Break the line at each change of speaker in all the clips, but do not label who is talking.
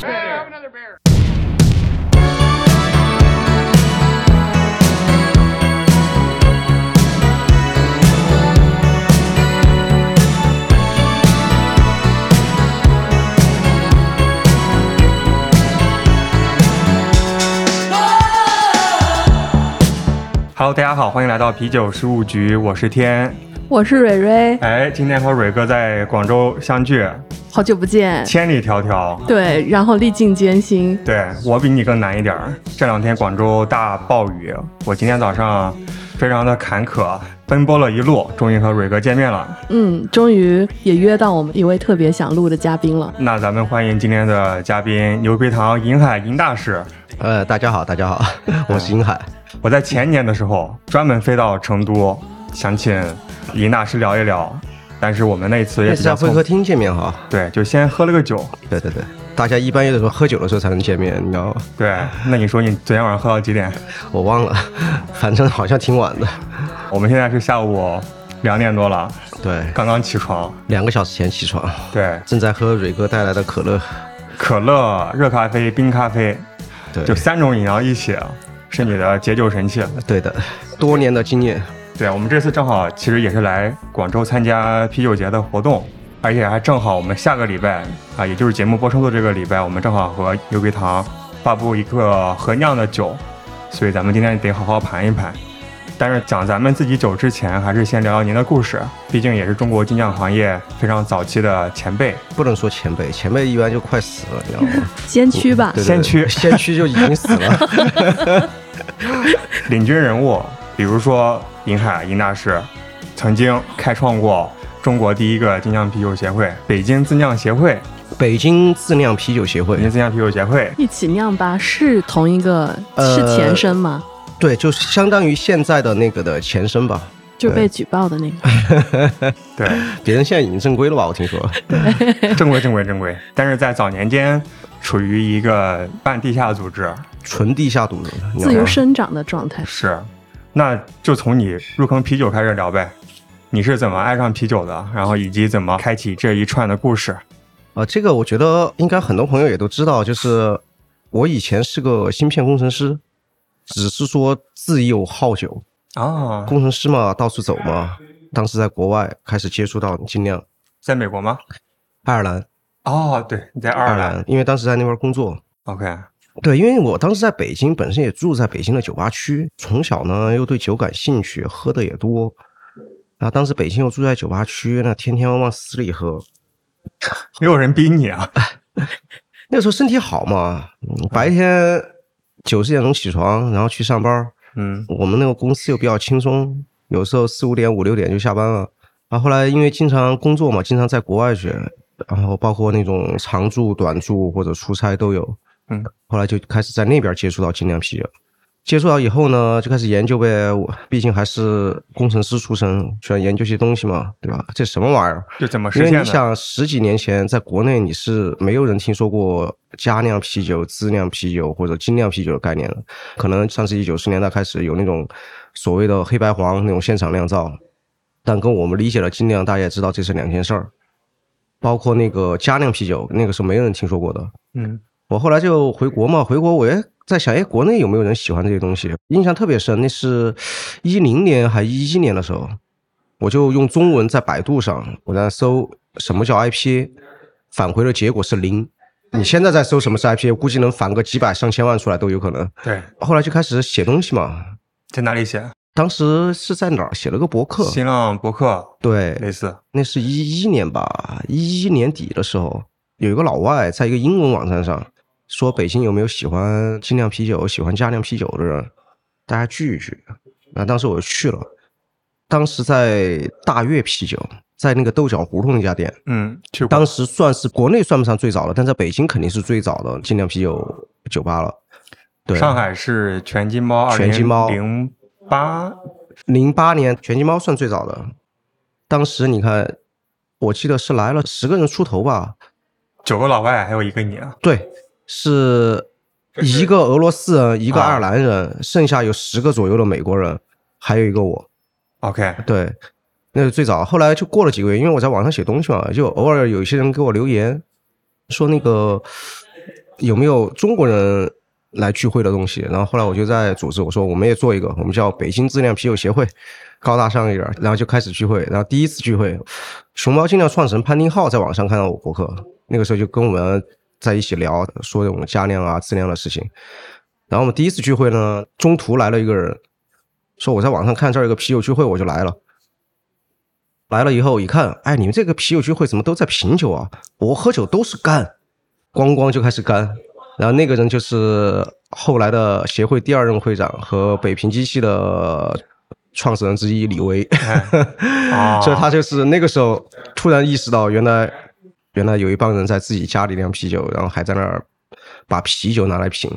Brother Bear.
Hello，大家好，欢迎来到啤酒事务局，我是天。
我是蕊蕊，
哎，今天和蕊哥在广州相聚，
好久不见。
千里迢迢。
对，然后历尽艰辛，
对我比你更难一点儿。这两天广州大暴雨，我今天早上非常的坎坷，奔波了一路，终于和蕊哥见面了。
嗯，终于也约到我们一位特别想录的嘉宾了。
那咱们欢迎今天的嘉宾牛皮糖银海银大使。
呃，大家好，大家好， 我是银海。
我在前年的时候专门飞到成都，想请尹大师聊一聊，但是我们那次也
那
比
是在
较
会
匆
客厅见面哈。
对，就先喝了个酒。
对对对，大家一般有的时候喝酒的时候才能见面，你知道吗？
对，那你说你昨天晚上喝到几点？
我忘了， 反正好像挺晚的。
我们现在是下午两点多了，
对，
刚刚起床。
两个小时前起床，
对，
正在喝蕊哥带来的可乐。
可乐、热咖啡、冰咖啡，
对，
就三种饮料一起，啊是你的解酒神器。
对的，多年的经验。
对，我们这次正好其实也是来广州参加啤酒节的活动，而且还正好我们下个礼拜啊，也就是节目播出的这个礼拜，我们正好和牛皮糖发布一个合酿的酒，所以咱们今天得好好盘一盘。但是讲咱们自己酒之前，还是先聊聊您的故事，毕竟也是中国精酿行业非常早期的前辈。
不能说前辈，前辈一般就快死了，你知道吗？
先 驱吧
对，对对
先驱
先驱就已经死了。
领军人物，比如说尹海尹大师，曾经开创过中国第一个精酿啤酒协会——北京自酿协会。
北京自酿啤酒协会
北，京自酿啤酒协会，
一起酿吧，是同一个，
呃
是前身吗？
对，就相当于现在的那个的前身吧。
呃
就被举报的那
哎
个。
对，
别人现在已经正规了吧？我听说。
正规正规正规。但是在早年间，处于一个半地下组织，
纯地下赌徒，你知道
自
吗
由生长的状态，
是。那就从你入坑啤酒开始聊呗，你是怎么爱上啤酒的？然后以及怎么开启这一串的故事？
啊，这个我觉得应该很多朋友也都知道，就是我以前是个芯片工程师，只是说自幼好酒，
啊，
工程师嘛，到处走嘛。
嗯
当时在国外开始接触到尽量
在美国吗？
爱尔兰，
哦，对，你在爱
爱
尔
尔
兰。
兰，因为当时在那边工作。
OK，
对，因为我当时在北京，本身也住在北京的酒吧区，从小呢又对酒感兴趣，喝的也多。啊，当时北京又住在酒吧区，那天天往死里喝，
没有人逼你啊。
那时候身体好嘛，嗯白天九十点钟起床，然后去上班。
嗯，
我们那个公司又比较轻松，有时候四五点、五六点就下班了。然后后来因为经常工作嘛，经常在国外去，然后包括那种长住、短住或者出差都有。
嗯，
后来就开始在那边接触到精酿啤酒。接触到以后呢，就开始研究呗。我毕竟还是工程师出身，喜欢研究些东西嘛，对吧？这什么玩意儿？
就怎么
因
实
为
现
你
的？
想，十几年前在国内你是没有人听说过加酿啤酒、自酿啤酒或者精酿啤酒的概念的。可能上世纪九十年代开始有那种所谓的黑白黄那种现场酿造，但跟我们理解的精酿，大家也知道这是两件事儿。包括那个加酿啤酒，那个是没有人听说过的。
嗯，
我后来就回国嘛，回国我也在想，哎，国内有没有人喜欢这些东西？印象特别深，那是一零年还一一年的时候，我就用中文在百度上，我在搜什么叫 IPA，返回的结果是零。你现在在搜什么是 IPA，我估计能返个几百上千万出来都有可能。
对，
后来就开始写东西嘛，
在哪里写？
当时是在哪儿写了个博客，
新浪博客
对，
类似。
那是一一年吧，一一年底的时候，有一个老外在一个英文网站上说北京有没有喜欢精酿啤酒、喜欢加酿啤酒的人，大家聚一聚。那当时我就去了，当时在大悦啤酒，在那个豆角胡同那家店，
嗯，去过。
当时算是国内算不上最早的，但在北京肯定是最早的精酿啤酒酒吧了。对，
上海是全金猫二
全金猫
零八，
零八年拳击猫算最早的，当时你看，我记得是来了十个人出头吧，
九个老外还有一个你啊。
对，是一个俄罗斯人，一个爱尔兰人，剩下有十个左右的美国人，还有一个我。
OK，
对，那是最早。后来就过了几个月，因为我在网上写东西嘛，就偶尔有一些人给我留言说那个有没有中国人来聚会的东西。然后后来我就在组织，我说我们也做一个，我们叫北京质量啤酒协会，高大上一点儿。然后就开始聚会，然后第一次聚会，熊猫精酿创始人潘丁浩在网上看到我博客，那个时候就跟我们在一起聊，说这种加量啊、质量的事情。然后我们第一次聚会呢，中途来了一个人，说我在网上看这儿有个啤酒聚会，我就来了。来了以后一看，哎，你们这个啤酒聚会怎么都在品酒啊？我喝酒都是干，咣咣就开始干。然后那个人就是后来的协会第二任会长和北平机器的创始人之一李威，
哦
所以他就是那个时候突然意识到，原来原来有一帮人在自己家里酿啤酒，然后还在那儿把啤酒拿来品。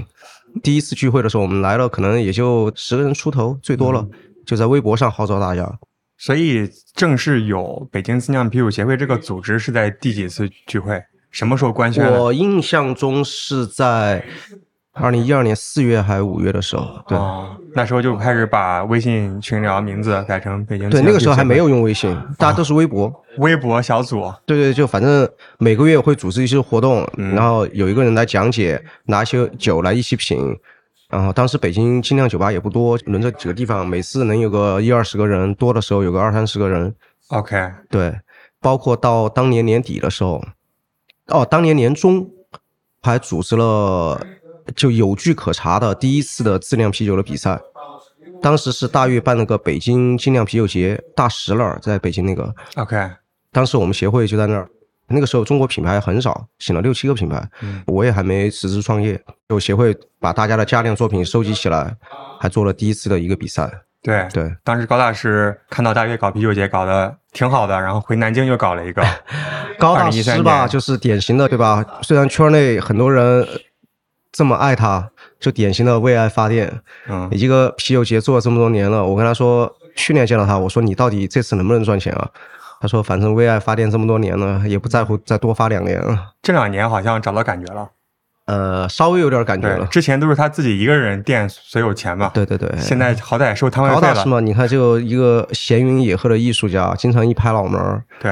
第一次聚会的时候，我们来了，可能也就十个人出头，最多了，就在微博上号召大家。
所以正式有北京自酿啤酒协会这个组织是在第几次聚会？什么时候官宣？
我印象中是在二零一二年四月还五月的时候，对、
哦，那时候就开始把微信群聊名字改成北京自
对，
酿啤酒协会。
那个时候还没有用微信，大家都是微博。
微博小组，
对对，就反正每个月会组织一些活动，然后有一个人来讲解，拿一些酒来一起品。然后当时北京精酿酒吧也不多，轮着几个地方，每次能有个一二十个人，多的时候有个二三十个人。
OK，
对，包括到当年年底的时候，哦，当年年中还组织了就有据可查的第一次的质量啤酒的比赛。当时是大悦办了个北京精酿啤酒节，大石栏儿在北京那个，
OK，
当时我们协会就在那儿，那个时候中国品牌很少，请了六七个品牌，
嗯
我也还没实施创业，就协会把大家的家酿作品收集起来，还做了第一次的一个比赛。
对。
对，
当时高大师看到大悦搞啤酒节搞得挺好的，然后回南京又搞了一个，
高大师
2013
吧，
年
就是典型的，对吧？虽然圈内很多人呃这么爱他，就典型的为爱发电。
嗯
你这个啤酒节做了这么多年了，我跟他说，去年见到他，我说你到底这次能不能赚钱啊？他说反正为爱发电这么多年了，也不在乎再多发两年了。
这两年好像找到感觉了。
呃，稍微有点感觉
对，
了。
之前都是他自己一个人垫所有钱嘛，
对对对，
现在好歹收摊位
高
费
大师
了。
嘛，你看就一个闲云野鹤的艺术家，经常一拍脑门儿，
对，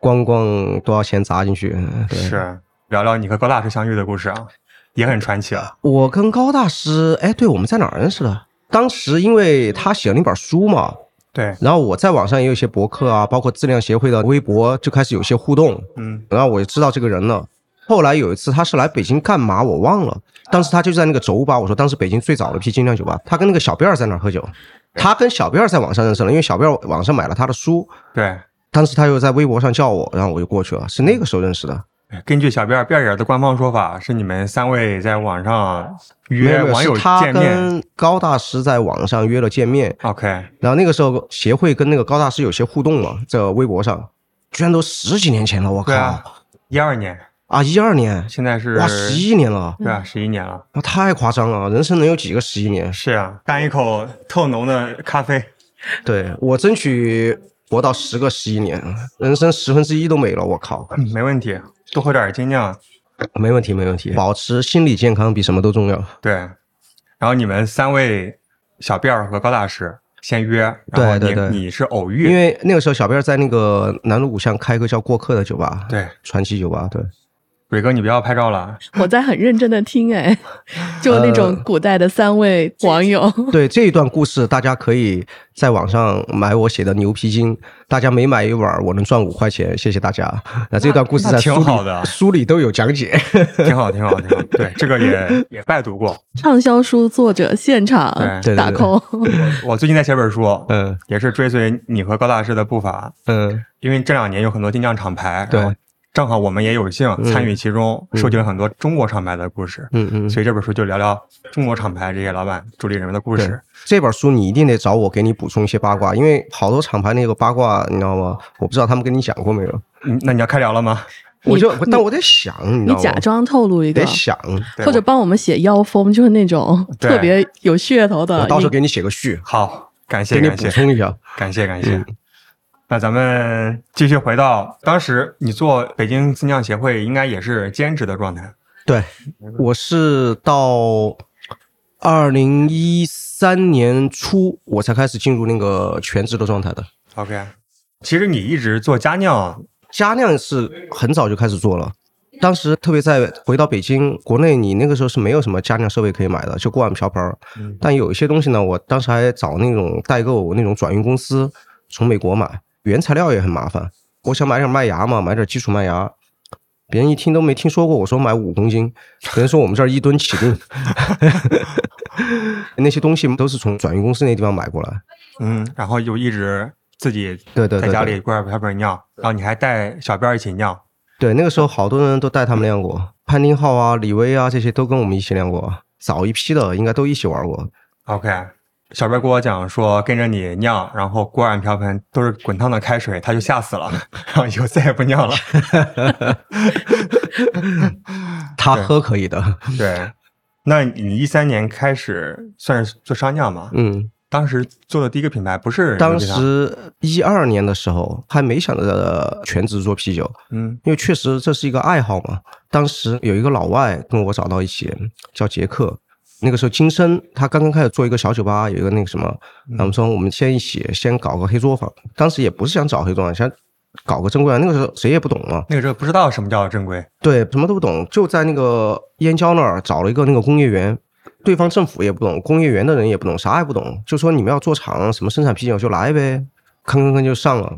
咣咣多少钱砸进去。对，
是聊聊你和高大师相遇的故事啊，也很传奇啊。
我跟高大师，哎，对，我们在哪儿认识的？当时因为他写了那本书嘛，
对，
然后我在网上也有一些博客啊，包括质量协会的微博，就开始有些互动，
嗯，
然后我就知道这个人了。后来有一次他是来北京干嘛，我忘了。当时他就在那个轴吧，我说当时北京最早的一批精酿酒吧，他跟那个小辫儿在那儿喝酒，他跟小辫儿在网上认识了，因为小辫儿网上买了他的书，
对。
当时他又在微博上叫我，然后我就过去了，是那个时候认识的。
根据小辫儿辫儿爷的官方说法，是你们三位在网上
没
约
有没有
网友
是他
见面。
跟高大师在网上约了见面，
OK，
然后那个时候协会跟那个高大师有些互动嘛，在微博上，居然都十几年前了，我靠
对啊！一二年，
啊，一二年，
现在是
哇，十一年了，
对啊，十一年了。
那太夸张了，人生能有几个十一年？
是啊，干一口透浓的咖啡。
对我争取活到十个十一年，人生十分之一都没了，我靠！
嗯没问题，多喝点儿精酿。
没问题，没问题，保持心理健康比什么都重要。
对，然后你们三位小辫儿和高大师先约，然后你
对对对
你是偶
因
遇，
为那个时候小辫儿在那个南锣鼓巷开一个叫过客的酒吧，
对，
传奇酒吧，对，
蕊哥你不要拍照了，
我在很认真的 听，哎，就那种古代的三位网友，
呃
对这一段故事，大家可以在网上买我写的牛皮筋，大家每买一碗，我能赚五块钱，谢谢大家。 那这段故事
那
在书
挺
里
好的
书里都有讲解。
挺好，挺好，挺好。对，这个也也拜读过。
畅销书作者现场
嗯对对对
打 call，
我最近在写本书，
嗯
也是追随你和高大师的步伐，
嗯，
因为这两年有很多精酿厂牌，
对，
正好我们也有幸参与其中，
嗯
收集了很多中国厂牌的故事，
嗯嗯
所以这本书就聊聊中国厂牌这些老板、主理人们的故
对
事。
这本书你一定得找我给你补充一些八卦，因为好多厂牌那个八卦，你知道吗？我不知道他们跟你讲过没有，
嗯那你要开聊了吗？
我就
你
但我得想，你知
你
道
假
吗？
装哦透露一个
得，想，
对
或者帮我们写妖风，就是那种
对
特别有噱头的。
我到时候
你
给你写个序，
好，感谢
给你
感
补
谢
充一下。
感谢感
嗯
谢。那咱们继续回到当时你做北京自酿协会，应该也是兼职的状态。
对，我是到二零一三年初我才开始进入那个全职的状态的。
OK，其实你一直做家酿，
加酿是很早就开始做了，当时特别在回到北京，国内你那个时候是没有什么家酿设备可以买的，就锅碗瓢盆儿。但有一些东西呢，我当时还找那种代购、那种转运公司从美国买，原材料也很麻烦。我想买点麦芽嘛，买点基础麦芽，别人一听都没听说过。我说买五公斤，别人说我们这儿一吨起订。 那些东西都是从转运公司那地方买过来。
嗯，然后就一直自己
对对对
在
对
家里锅碗瓢盆酿，然后你还带小辫儿一起酿，
对，那个时候好多人都带他们练过，潘丁浩啊、李威啊这些都跟我们一起练过，早一批的应该都一起玩过。
OK，小白跟我讲说，跟着你酿，然后锅碗瓢盆都是滚烫的开水，他就吓死了， 然后以后再也不 酿了。
他
对
喝可以的，
对，那你一三年开始算是做商酿嘛？
嗯，
当时做的第一个品牌不是
当
牛皮糖
时一二年的时候还没想着全职做啤酒，
嗯
因为确实这是一个爱好嘛。当时有一个老外跟我找到一起，叫杰克。那个时候，金生他刚刚开始做一个小酒吧，有一个那个什么，然后我们说我们先一起先搞个黑作坊。当时也不是想找黑作坊，想搞个正规。啊那个时候谁也不懂嘛，
那个时候不知道什么叫正规，
对，什么都不懂，就在那个燕郊那儿找了一个那个工业园，对方政府也不懂，工业园的人也不懂，啥也不懂，就说你们要做厂，什么生产啤酒就来呗，吭吭吭就上了。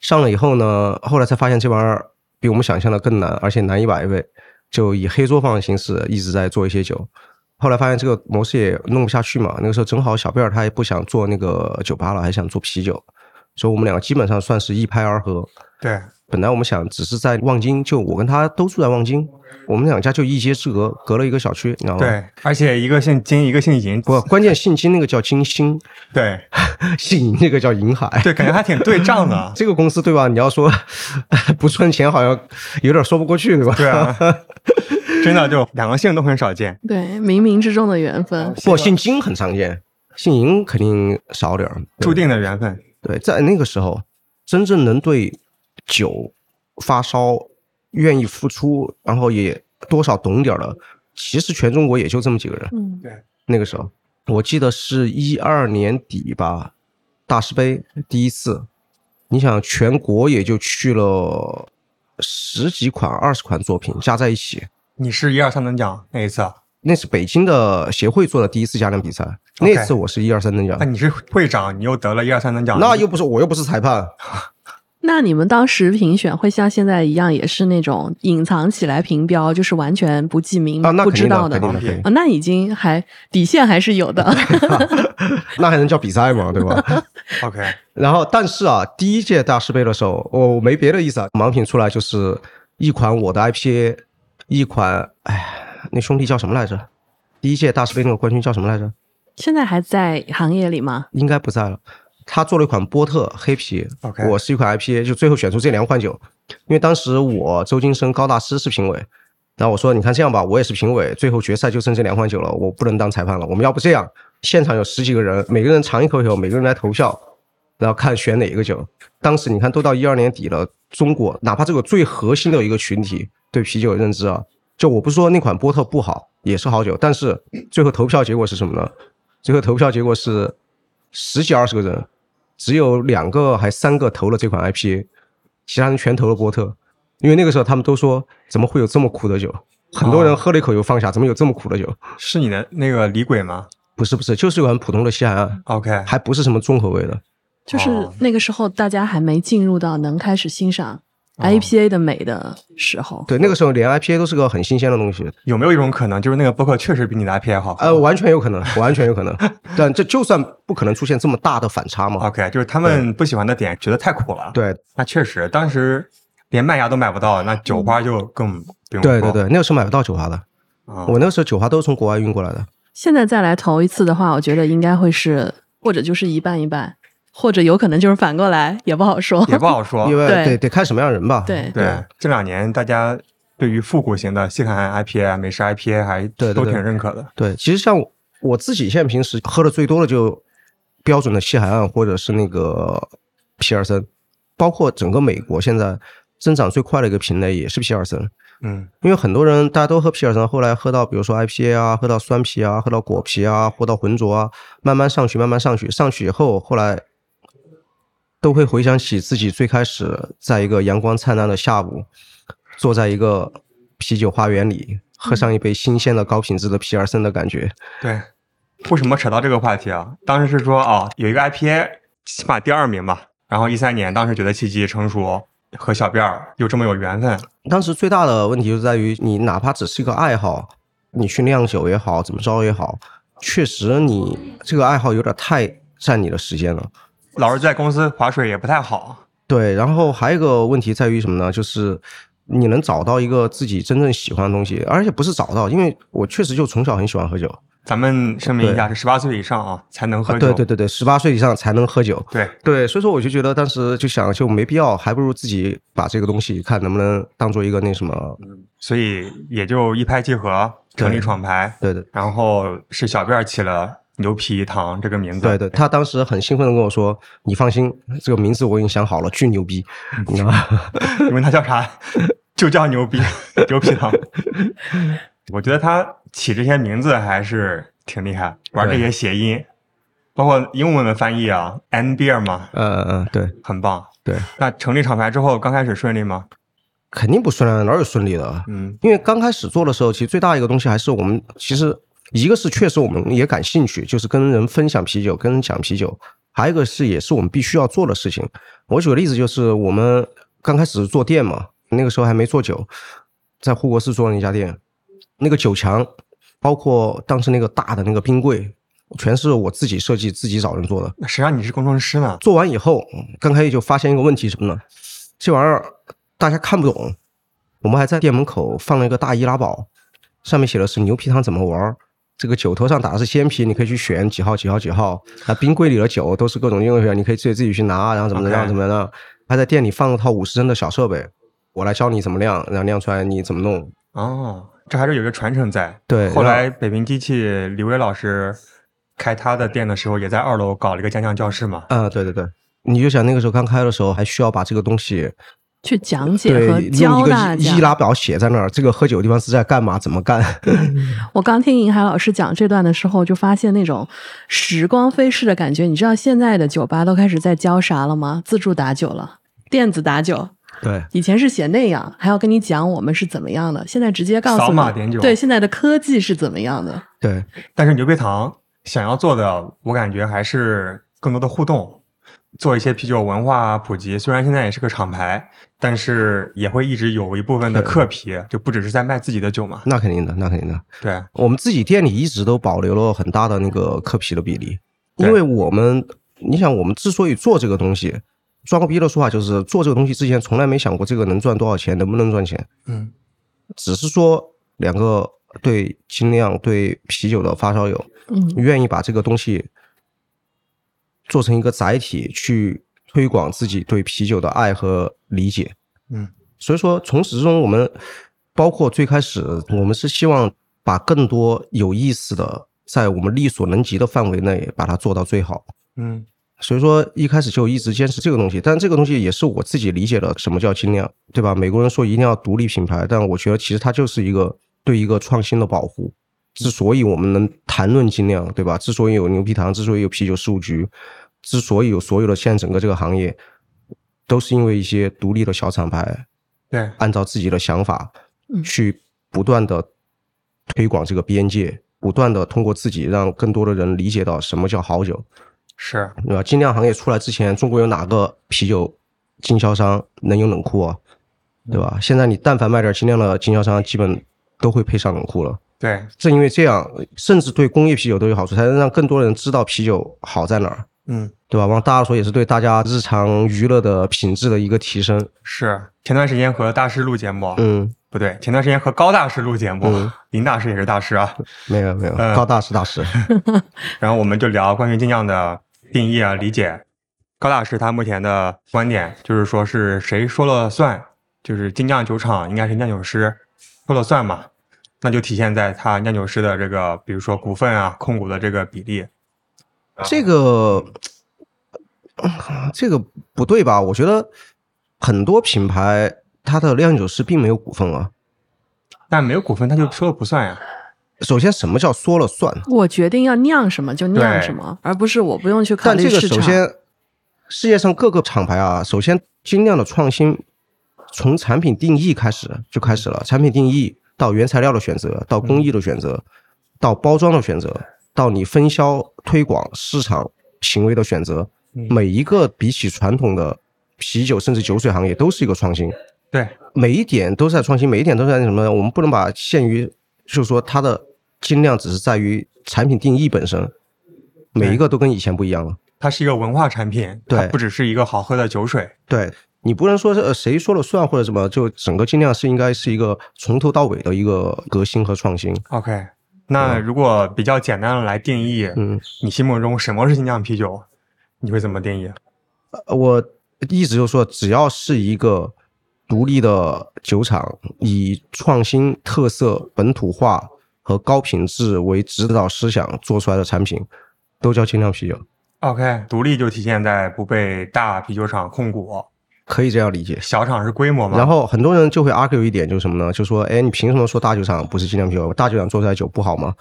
上了以后呢，后来才发现这玩意儿比我们想象的更难，而且难一百倍，就以黑作坊的形式一直在做一些酒。后来发现这个模式也弄不下去嘛，那个时候正好小贝尔他也不想做那个酒吧了，还想做啤酒，所以我们两个基本上算是一拍而合。
对，
本来我们想只是在望京，就我跟他都住在望京，我们两家就一街之隔，隔了一个小区，你知道吗？。
对，而且一个姓金，一个姓银，
哦不，关键姓金那个叫金星，
对
姓银那个叫银海。。
对，感觉还挺对仗的啊
这个公司对吧？你要说 不赚钱，好像有点说不过去，对吧？
对啊，真的就两个姓都很少见。
对，冥冥之中的缘分。
不，姓金很常见，姓银肯定少点儿。对
注定的缘分，
对，在那个时候，真正能对酒发烧、愿意付出，然后也多少懂点儿的，其实全中国也就这么几个人。
嗯，
那个时候，我记得是一二年底吧，大师杯第一次，你想全国也就去了十几款、二十款作品加在一起，
你是一二三等奖那一次啊，
那是北京的协会做的第一次加量比赛，
OK
那次我是一二三等奖
那，你是会长，你又得了一二三等奖，
那又不是我又不是裁判，
那你们当时评选会像现在一样，也是那种隐藏起来评标，就是完全不记名、
啊
嗯
那
不
肯定
知道
的，肯定的，肯定的
啊，那已经还底线还是有 的。
那还能叫比赛吗？对吧？
OK，
然后，但是啊，第一届大师杯的时候，我我没别的意思啊，盲品出来就是一款我的 IPA，一款哎，那兄弟叫什么来着？第一届大师杯那个冠军叫什么来着？
现在还在行业里吗？
应该不在了。他做了一款波特黑啤
OK
我是一款 IPA，就最后选出这两款酒，因为当时我周金生、高大师是评委，然后我说你看这样吧，我也是评委，最后决赛就剩这两款酒了，我不能当裁判了，我们要不这样，现场有十几个人，每个人尝一口酒，每个人来投票，然后看选哪一个酒。当时你看都到一二年底了，中国哪怕这个最核心的一个群体对啤酒的认知啊，就我不是说那款波特不好，也是好酒，但是最后投票结果是什么呢？最后投票结果是十几二十个人，只有两个还三个投了这款 IPA，其他人全投了波特，因为那个时候他们都说怎么会有这么苦的酒，很多人喝了一口就放下，怎么有这么苦的酒？
是你的那个李鬼吗
不是不是，就是一款普通的西海岸，
？OK，
还不是什么重口味的。
就是
哦
那个时候大家还没进入到能开始欣赏
哦
IPA 的美的时候。
对，那个时候连 IPA 都是个很新鲜的东西，
有没有一种可能，就是那个播客确实比你的 IPA 好喝？
呃，完全有可能，完全有可能。 但这就算不可能出现这么大的反差 嘛。
OK，就是他们不喜欢的点，觉得太苦了。，
对
那确实，当时连麦芽都买不到，那酒花就更不用说。
对对对，那个时候买不到酒花的，
啊，
我那个时候酒花都是从国外运过来的。
现在再来投一次的话，我觉得应该会是，或者就是一半一半，或者有可能就是反过来，也不好说。
也不好说。
因为
对
得得看什么样的人吧。
对
对，这两年大家对于复古型的西海岸 IPA、美啊式 IPA 还
对对
都
对
挺认可的。
对，其实像我我自己现在平时喝的最多的就标准的西海岸或者是那个皮尔森，包括整个美国现在增长最快的一个品类也是皮尔森。
嗯，
因为很多人大家都喝皮尔森，后来喝到比如说 IPA 啊，喝到酸啤啊，喝到果啤啊，喝到浑浊啊，慢慢上去，慢慢上去，上去以后，后来都会回想起自己最开始在一个阳光灿烂的下午，坐在一个啤酒花园里喝上一杯新鲜的高品质的皮尔森的感觉。
对，为什么扯到这个话题啊？当时是说啊，有一个 IPA 起码第二名吧，然后一三年当时觉得契机成熟，和小辫儿又这么有缘分，
当时最大的问题就在于，你哪怕只是一个爱好，你去酿酒也好，怎么着也好，确实你这个爱好有点太占你的时间了。
老是在公司划水也不太好。
对，然后还有一个问题在于什么呢？就是你能找到一个自己真正喜欢的东西，而且不是找到，因为我确实就从小很喜欢喝酒。
咱们声明一下，是十八岁以上啊才能喝
啊，
酒。
对对对对，十八岁以上才能喝酒。
对
对，所以说我就觉得当时就想，就没必要，还不如自己把这个东西看能不能当做一个那什么。
所以也就一拍即合，成立
对
闯牌，
对对
然后是小辫儿起了牛皮糖这个名字。
对对，他当时很兴奋的跟我说：“你放心，这个名字我已经想好了，巨牛逼，你知道吗？”
你问他叫啥，就叫牛逼牛皮糖。我觉得他起这些名字还是挺厉害，玩这些谐音，包括英文的翻译啊，and beer 嘛，
呃呃，对
很棒。
对，
那成立厂牌之后，刚开始顺利吗？
肯定不顺利，哪有顺利的？啊
嗯，
因为刚开始做的时候，其实最大一个东西还是我们其实一个是确实我们也感兴趣，就是跟人分享啤酒，跟人讲啤酒；还有一个是也是我们必须要做的事情。我举个例子，就是我们刚开始做店嘛，那个时候还没做酒，在护国寺做了一家店，那个酒墙，包括当时那个大的那个冰柜，全是我自己设计、自己找人做的。
那谁让你是工程师呢？
做完以后，刚开始就发现一个问题什么呢？这玩意儿大家看不懂。我们还在店门口放了一个大易拉宝，上面写的是牛皮糖怎么玩儿。这个酒头上打的是鲜啤，你可以去选几号几号几号。啊，冰柜里的酒都是各种应用学，你可以自己自己去拿，然后怎么怎么
OK
样怎么样。还在店里放了套五十升的小设备，我来教你怎么酿，然后酿出来你怎么弄。
哦，这还是有一个传承在。
对，
后
然
来北平机器李威老师开他的店的时候，也在二楼搞了一个家酿教室嘛。
后啊、对对对，你就想那个时候刚开的时候，还需要把这个东西
去讲解
对
和教
用一
大
个
家
易。拉表写在那儿，这个喝酒的地方是在干嘛，怎么干。
我刚听银海老师讲这段的时候，就发现那种时光飞逝的感觉。你知道现在的酒吧都开始在教啥了吗？自助打酒了，电子打酒。
对，
以前是写那样，还要跟你讲我们是怎么样的，现在直接告诉你，
扫码点酒
对现在的科技是怎么样的。
对，
但是牛皮糖想要做的，我感觉还是更多的互动，做一些啤酒文化普及。虽然现在也是个厂牌，但是也会一直有一部分的客啤，就不只是在卖自己的酒嘛。
那肯定的，那肯定的。
对，
我们自己店里一直都保留了很大的那个客皮的比例，因
对
为我们，你想，我们之所以做这个东西，装个逼的说法就是做这个东西之前从来没想过这个能赚多少钱，能不能赚钱，
嗯，
只是说两个对精酿、对啤酒的发烧友，
嗯，
愿意把这个东西做成一个载体去推广自己对啤酒的爱和理解。
嗯，
所以说从始至终，我们包括最开始，我们是希望把更多有意思的，在我们力所能及的范围内把它做到最好。
嗯，
所以说一开始就一直坚持这个东西，但这个东西也是我自己理解的什么叫精酿，对吧？美国人说一定要独立品牌，但我觉得其实它就是一个对一个创新的保护。之所以我们能谈论精酿，对吧？之所以有牛皮糖，之所以有啤酒事务局，之所以有所有的现在整个这个行业，都是因为一些独立的小厂牌
对，
按照自己的想法
嗯
去不断的推广这个边界，不断的通过自己让更多的人理解到什么叫好酒。
是
对吧？精酿行业出来之前，中国有哪个啤酒经销商能有冷库啊？对吧？现在你但凡卖点精酿的经销商，基本都会配上冷库了。
对，
正因为这样，甚至对工业啤酒都有好处，才能让更多人知道啤酒好在哪儿，
嗯，
对吧？往大了说，也是对大家日常娱乐的品质的一个提升。
是。前段时间和大师录节目，
嗯，
不对，前段时间和高大师录节目，
嗯
林大师也是大师啊。
没有没有，
嗯
高大师大师，
然后我们就聊关于精酿的定义啊、理解。高大师他目前的观点就是说是谁说了算，就是精酿酒厂应该是酿酒师说了算嘛，那就体现在他酿酒师的这个，比如说股份啊、控股的这个比例。
这个这个不对吧？我觉得很多品牌它的酿酒师并没有股份啊。
但没有股份他就说了不算呀。
首先，什么叫说了算？
我决定要酿什么就酿什么，而不是我不用去考
但
虑
这个
市场。
首先，世界上各个厂牌啊，首先精酿的创新从产品定义开始就开始了，产品定义到原材料的选择，到工艺的选择，到包装的选择，到你分销、推广、市场行为的选择，
嗯
每一个比起传统的啤酒甚至酒水行业都是一个创新。
对，
每一点都是在创新，每一点都是在那什么呢？我们不能把限于，就是说它的精量只是在于产品定义本身，每一个都跟以前不一样了。
它是一个文化产品，
对
它不只是一个好喝的酒水。
对你不能说是呃谁说了算或者什么，就整个精量是应该是一个从头到尾的一个革新和创新。
OK，那如果比较简单的来定义，
嗯，
你心目中什么是精酿啤酒？你会怎么定义？
呃我一直就说，只要是一个独立的酒厂，以创新、特色、本土化和高品质为指导思想做出来的产品，都叫精酿啤酒，
OK，独立就体现在不被大啤酒厂控股，
可以这样理解。
小厂是规模嘛。
然后很多人就会 argue 一点，就是什么呢？就说，哎，你凭什么说大酒厂不是精酿啤酒？大酒厂做出来酒不好吗？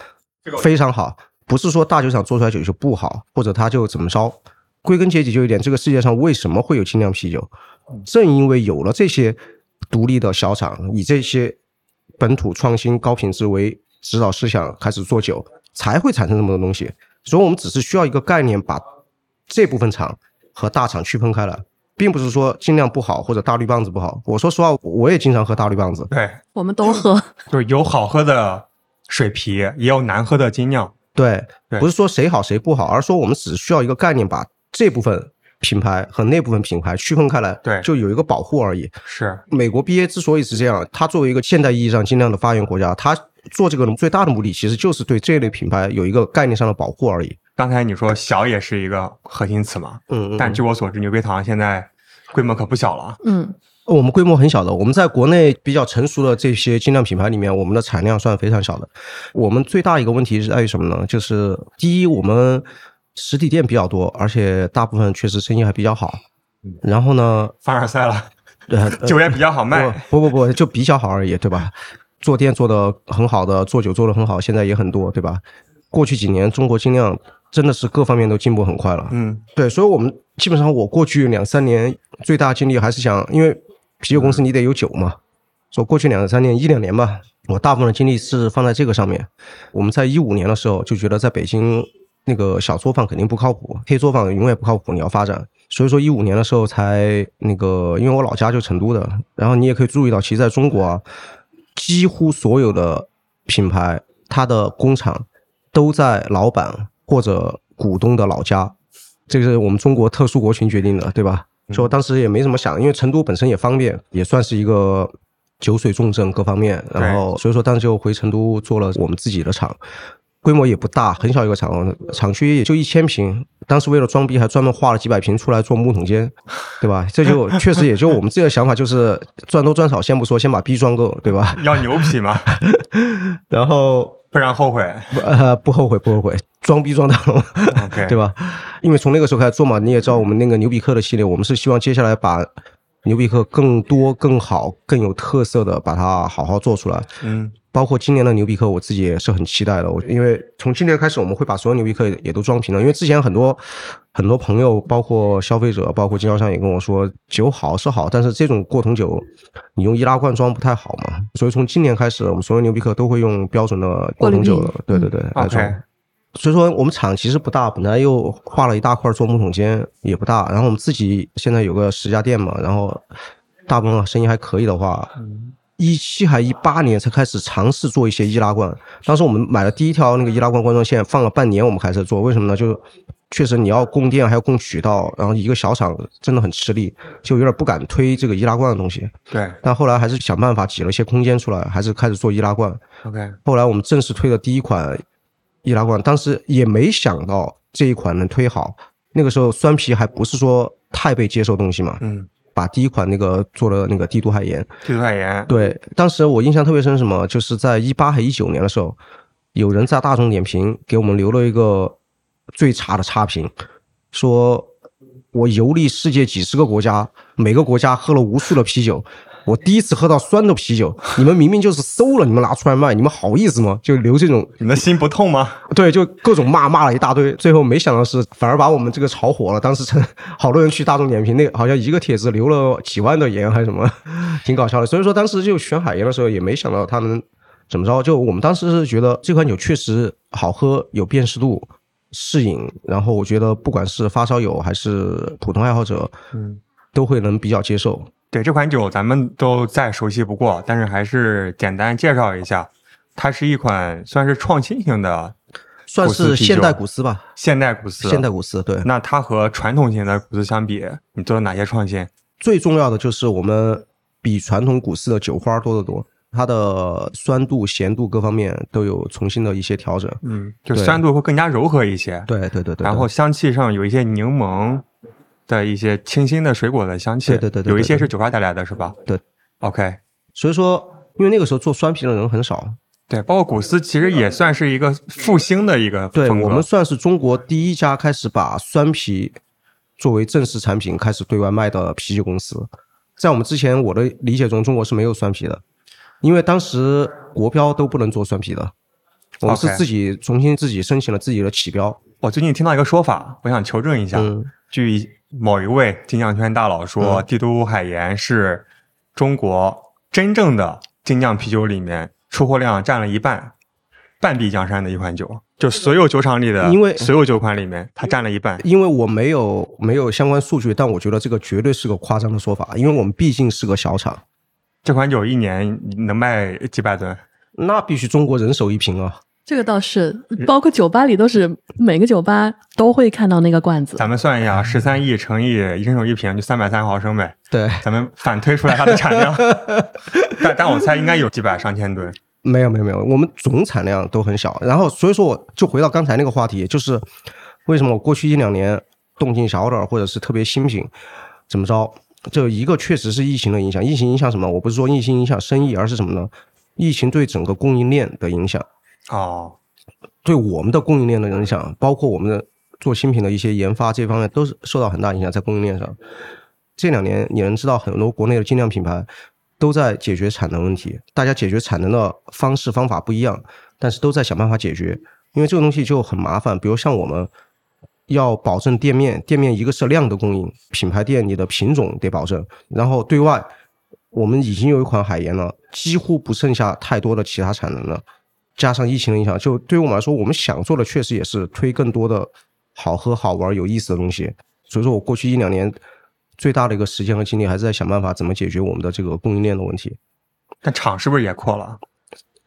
非常好，不是说大酒厂做出来酒就不好，或者它就怎么着。归根结底就一点，这个世界上为什么会有精酿啤酒？正因为有了这些独立的小厂，以这些本土创新、高品质为指导思想开始做酒，才会产生这么多东西。所以，我们只是需要一个概念，把这部分厂和大厂区分开来，并不是说尽量不好或者大绿棒子不好。我说实话，我也经常喝大绿棒子，
对，
我们都喝，
就是有好喝的水啤，也有难喝的精酿。
对，
对
不是说谁好谁不好，而是说我们只需要一个概念，把这部分品牌和那部分品牌区分开来，
对
就有一个保护而已。
是，
美国 BA 之所以是这样，它作为一个现代意义上尽量的发源国家，它做这个最大的目的其实就是对这类品牌有一个概念上的保护而已。
刚才你说小也是一个核心词嘛，
嗯
但据我所知，牛背堂现在规模可不小了。啊
嗯，
我们规模很小的，我们在国内比较成熟的这些精酿品牌里面，我们的产量算非常小的。我们最大一个问题是在于什么呢？就是第一，我们实体店比较多，而且大部分确实生意还比较好。然后呢，
凡尔赛了，
呃，
酒也比较好卖。
不不不不，就比较好而已，对吧？做店做的很好的，做酒做的很好，现在也很多，对吧？过去几年，中国精酿真的是各方面都进步很快了。
嗯，
对，所以我们基本上我过去两三年最大精力还是想，因为啤酒公司你得有酒嘛，所以过去两三年一两年吧，我大部分的精力是放在这个上面。我们在一五年的时候就觉得在北京那个小作坊肯定不靠谱，黑作坊永远不靠谱，你要发展。所以说一五年的时候才那个，因为我老家就成都的，然后你也可以注意到，其实在中国啊，几乎所有的品牌它的工厂都在老板或者股东的老家，这是我们中国特殊国情决定的，对吧？所以我当时也没怎么想，因为成都本身也方便，也算是一个酒水重镇各方面，然后所以说当时就回成都做了我们自己的厂，规模也不大，很小一个厂，厂区也就一千平。当时为了装逼，还专门画了几百平出来做木桶间，对吧？这就确实也就我们自己的想法，就是赚多赚少先不说，先把逼装够，对吧？
要牛皮 嘛，
然后
不然后悔。
不呃不后悔不后悔，装逼装到了。
OK，
对吧？因为从那个时候开始做嘛，你也知道我们那个牛比克的系列，我们是希望接下来把牛比克更多、更好、更有特色的把它好好做出来。
嗯，
包括今年的牛比克，我自己也是很期待的。我因为从今年开始，我们会把所有牛比克也都装瓶了。因为之前很多很多朋友，包括消费者，包括经销商也跟我说，酒好是好，但是这种过桶酒你用易拉罐装不太好嘛。所以从今年开始，我们所有牛比克都会用标准的过桶酒
过滤
了
瓶。
对对对，来装。
OK
所以说我们厂其实不大，本来又划了一大块做木桶间也不大，然后我们自己现在有个十家店嘛，然后大部分生意还可以的话，一七还一八年才开始尝试做一些易拉罐。当时我们买了第一条那个易拉罐灌装线，放了半年我们开始做，为什么呢？就确实你要供电还要供渠道，然后一个小厂真的很吃力，就有点不敢推这个易拉罐的东西。
对
但后来还是想办法挤了一些空间出来，还是开始做易拉罐。
，OK，
后来我们正式推的第一款易拉罐，当时也没想到这一款能推好。那个时候酸啤还不是说太被接受的东西嘛，
嗯，
把第一款那个做了那个帝都海盐。
地中海盐，
对，当时我印象特别深，是什么就是在一八还一九年的时候，有人在大众点评给我们留了一个最差的差评，说我游历世界几十个国家，每个国家喝了无数的啤酒，我第一次喝到酸的啤酒，你们明明就是馊了，你们拿出来卖，你们好意思吗？就留这种
你们心不痛吗？
对，就各种骂骂了一大堆，最后没想到是反而把我们这个炒火了。当时趁好多人去大众点评，那个好像一个帖子留了几万的言还是什么， 挺搞笑的。所以说当时就选海盐的时候也没想到它能怎么着，就我们当时是觉得这款酒确实好喝，有辨识度。适饮，然后我觉得不管是发烧友还是普通爱好者，
嗯，
都会能比较接受。
对这款酒，咱们都再熟悉不过，但是还是简单介绍一下，它是一款算是创新型的
算
古斯
是
啤酒啊
现代古斯吧，
现代古斯。
现代古斯对。
那它和传统型的古斯相比，你做了哪些创新？
最重要的就是我们比传统古斯的酒花多得多，它的酸度、咸度各方面都有重新的一些调整。
嗯，就
对
酸度会更加柔和一些，
对对对对对，
然后香气上有一些柠檬的一些清新的水果的香气，
对对对对
有一
对
些
对
是酒花带来的，是吧？
对
，OK，
所以说，因为那个时候做酸啤的人很少，
对，包括古斯其实也算是一个复兴的一个
对
风格，
我们算是中国第一家开始把酸啤作为正式产品开始对外卖的啤酒公司。在我们之前，我的理解中，中国是没有酸啤的，因为当时国标都不能做酸啤的，我们是
OK
自己重新自己申请了自己的起标。
我最近听到一个说法，我想求证一下。
嗯
据某一位精酿圈大佬说，
嗯
帝都海盐是中国真正的精酿啤酒里面出货量占了一半，半壁江山的一款酒。就所有酒厂里的，
因为
所有酒款里面，它占了一半。
因为我没有没有相关数据，但我觉得这个绝对是个夸张的说法，因为我们毕竟是个小厂，
这款酒一年能卖几百吨，
那必须中国人手一瓶啊。
这个倒是，
嗯
包括酒吧里都是，每个酒吧都会看到那个罐子。
咱们算一下，十三亿乘以一升手一瓶，就三百三毫升呗。
对，
咱们反推出来它的产量， 但但我猜应该有几百上千吨。
没有没有没有，我们总产量都很小。然后所以说，我就回到刚才那个话题，就是为什么我过去一两年动静小点儿，或者是特别新品，怎么着？这一个确实是疫情的影响。疫情影响什么？我不是说疫情影响生意，而是什么呢？疫情对整个供应链的影响，
哦，
对我们的供应链的影响，包括我们的做新品的一些研发这方面，都是受到很大影响在供应链上。这两年你能知道，很多国内的精酿品牌都在解决产能问题，大家解决产能的方式方法不一样，但是都在想办法解决，因为这个东西就很麻烦。比如像我们要保证店面，店面一个是量的供应，品牌店你的品种得保证，然后对外。我们已经有一款海盐了，几乎不剩下太多的其他产能了。加上疫情的影响，就对于我们来说，我们想做的确实也是推更多的好喝、好玩、有意思的东西。所以说我过去一两年最大的一个时间和精力，还是在想办法怎么解决我们的这个供应链的问题。
但厂是不是也扩了？